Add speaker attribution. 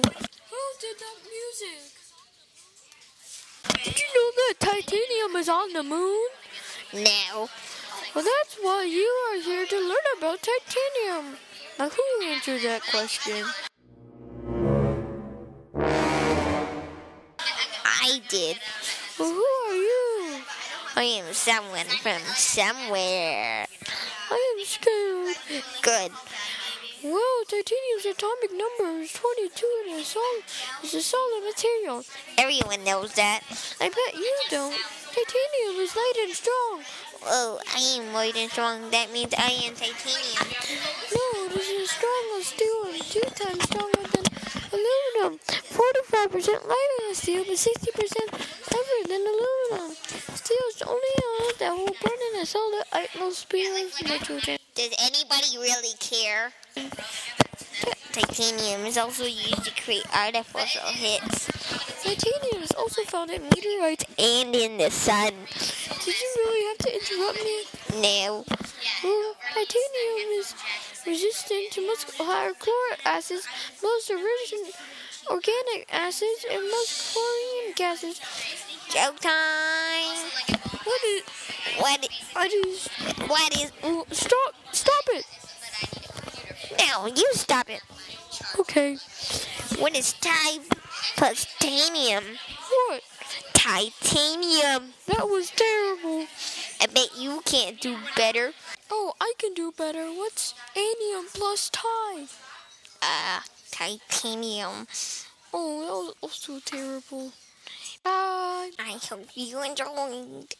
Speaker 1: Who did that music?
Speaker 2: Did you know that titanium is on the moon?
Speaker 3: No.
Speaker 2: Well, that's why you are here to learn about titanium. Now, who answered that question?
Speaker 3: I did.
Speaker 2: Well, who are you?
Speaker 3: I am someone from somewhere.
Speaker 2: I am scared.
Speaker 3: Good.
Speaker 2: Well, titanium's atomic number is 22 and it's solid, it's a solid material.
Speaker 3: Everyone knows that.
Speaker 2: I bet you don't. Titanium is light and strong.
Speaker 3: Oh, I am white and strong. That means I am titanium.
Speaker 2: No, this is strong as steel and two times stronger than aluminum. 45% lighter than steel, but 60% heavier than aluminum. Steel is the only element that will burn in a solid atmosphere of nitrogen.
Speaker 3: Does anybody really care? Titanium is also used to create artificial hits
Speaker 2: Titanium is also found in meteorites.
Speaker 3: and in the sun.
Speaker 2: Did you really have to interrupt me?
Speaker 3: No.
Speaker 2: Well, titanium is resistant to much higher chloric acids, most origin organic acids, and most chlorine gases.
Speaker 3: Joke time.
Speaker 2: What is?
Speaker 3: What?
Speaker 2: I just
Speaker 3: What is?
Speaker 2: well, stop! Stop it!
Speaker 3: No, you stop it.
Speaker 2: Okay.
Speaker 3: What is time plus titanium?
Speaker 2: What?
Speaker 3: Titanium.
Speaker 2: That was terrible.
Speaker 3: I bet you can't do better.
Speaker 2: Oh, I can do better. What's anium plus time?
Speaker 3: Uh, titanium.
Speaker 2: Oh, that was also terrible. Bye.
Speaker 3: I hope you enjoyed.